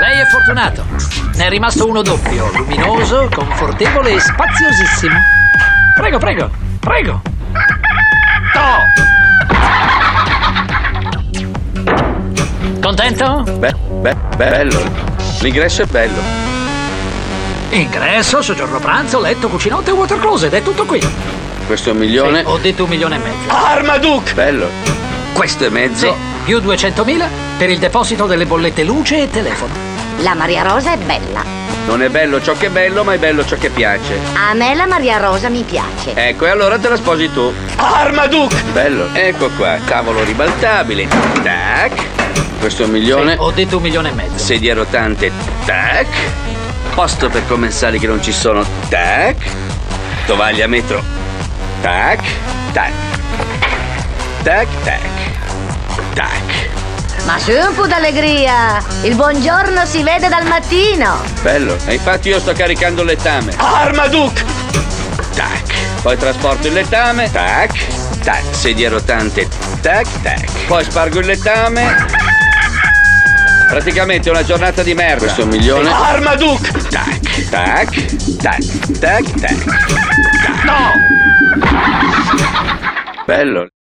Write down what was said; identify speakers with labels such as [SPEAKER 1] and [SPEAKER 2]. [SPEAKER 1] Lei è fortunato. Ne è rimasto uno doppio, luminoso, confortevole e spaziosissimo. Prego, prego, prego. To! Contento?
[SPEAKER 2] Beh, beh, bello. L'ingresso è bello.
[SPEAKER 1] Ingresso, soggiorno pranzo, letto, cucinotto e water closet, è tutto qui.
[SPEAKER 2] Questo è un milione.
[SPEAKER 1] Sì, ho detto un milione e mezzo.
[SPEAKER 2] Armaduke! Bello. Questo è mezzo.
[SPEAKER 1] Sì, più 200.000 per il deposito delle bollette luce e telefono.
[SPEAKER 3] La Maria Rosa è bella.
[SPEAKER 2] Non è bello ciò che è bello, ma è bello ciò che piace.
[SPEAKER 3] A me la Maria Rosa mi piace.
[SPEAKER 2] Ecco, e allora te la sposi tu.
[SPEAKER 4] Armaduke!
[SPEAKER 2] Bello. Ecco qua. Tavolo ribaltabile. Tac. Questo è un milione.
[SPEAKER 1] Sì, ho detto un milione e mezzo.
[SPEAKER 2] Sedia rotante. Tac. Posto per commensali che non ci sono. Tac. Tovaglia a metro. Tac. Tac. Tac, tac. Tac.
[SPEAKER 3] Ma su un po' d'allegria! Il buongiorno si vede dal mattino!
[SPEAKER 2] Bello. E infatti io sto caricando il letame.
[SPEAKER 4] Armaduke!
[SPEAKER 2] Tac. Poi trasporto il letame. Tac. Tac. Sedia rotante. Tac, tac. Poi spargo il letame. Praticamente è una giornata di merda. Questo è un milione.
[SPEAKER 4] Armaduke!
[SPEAKER 2] Tac, tac, tac, tac, tac.
[SPEAKER 4] No!
[SPEAKER 2] Bello.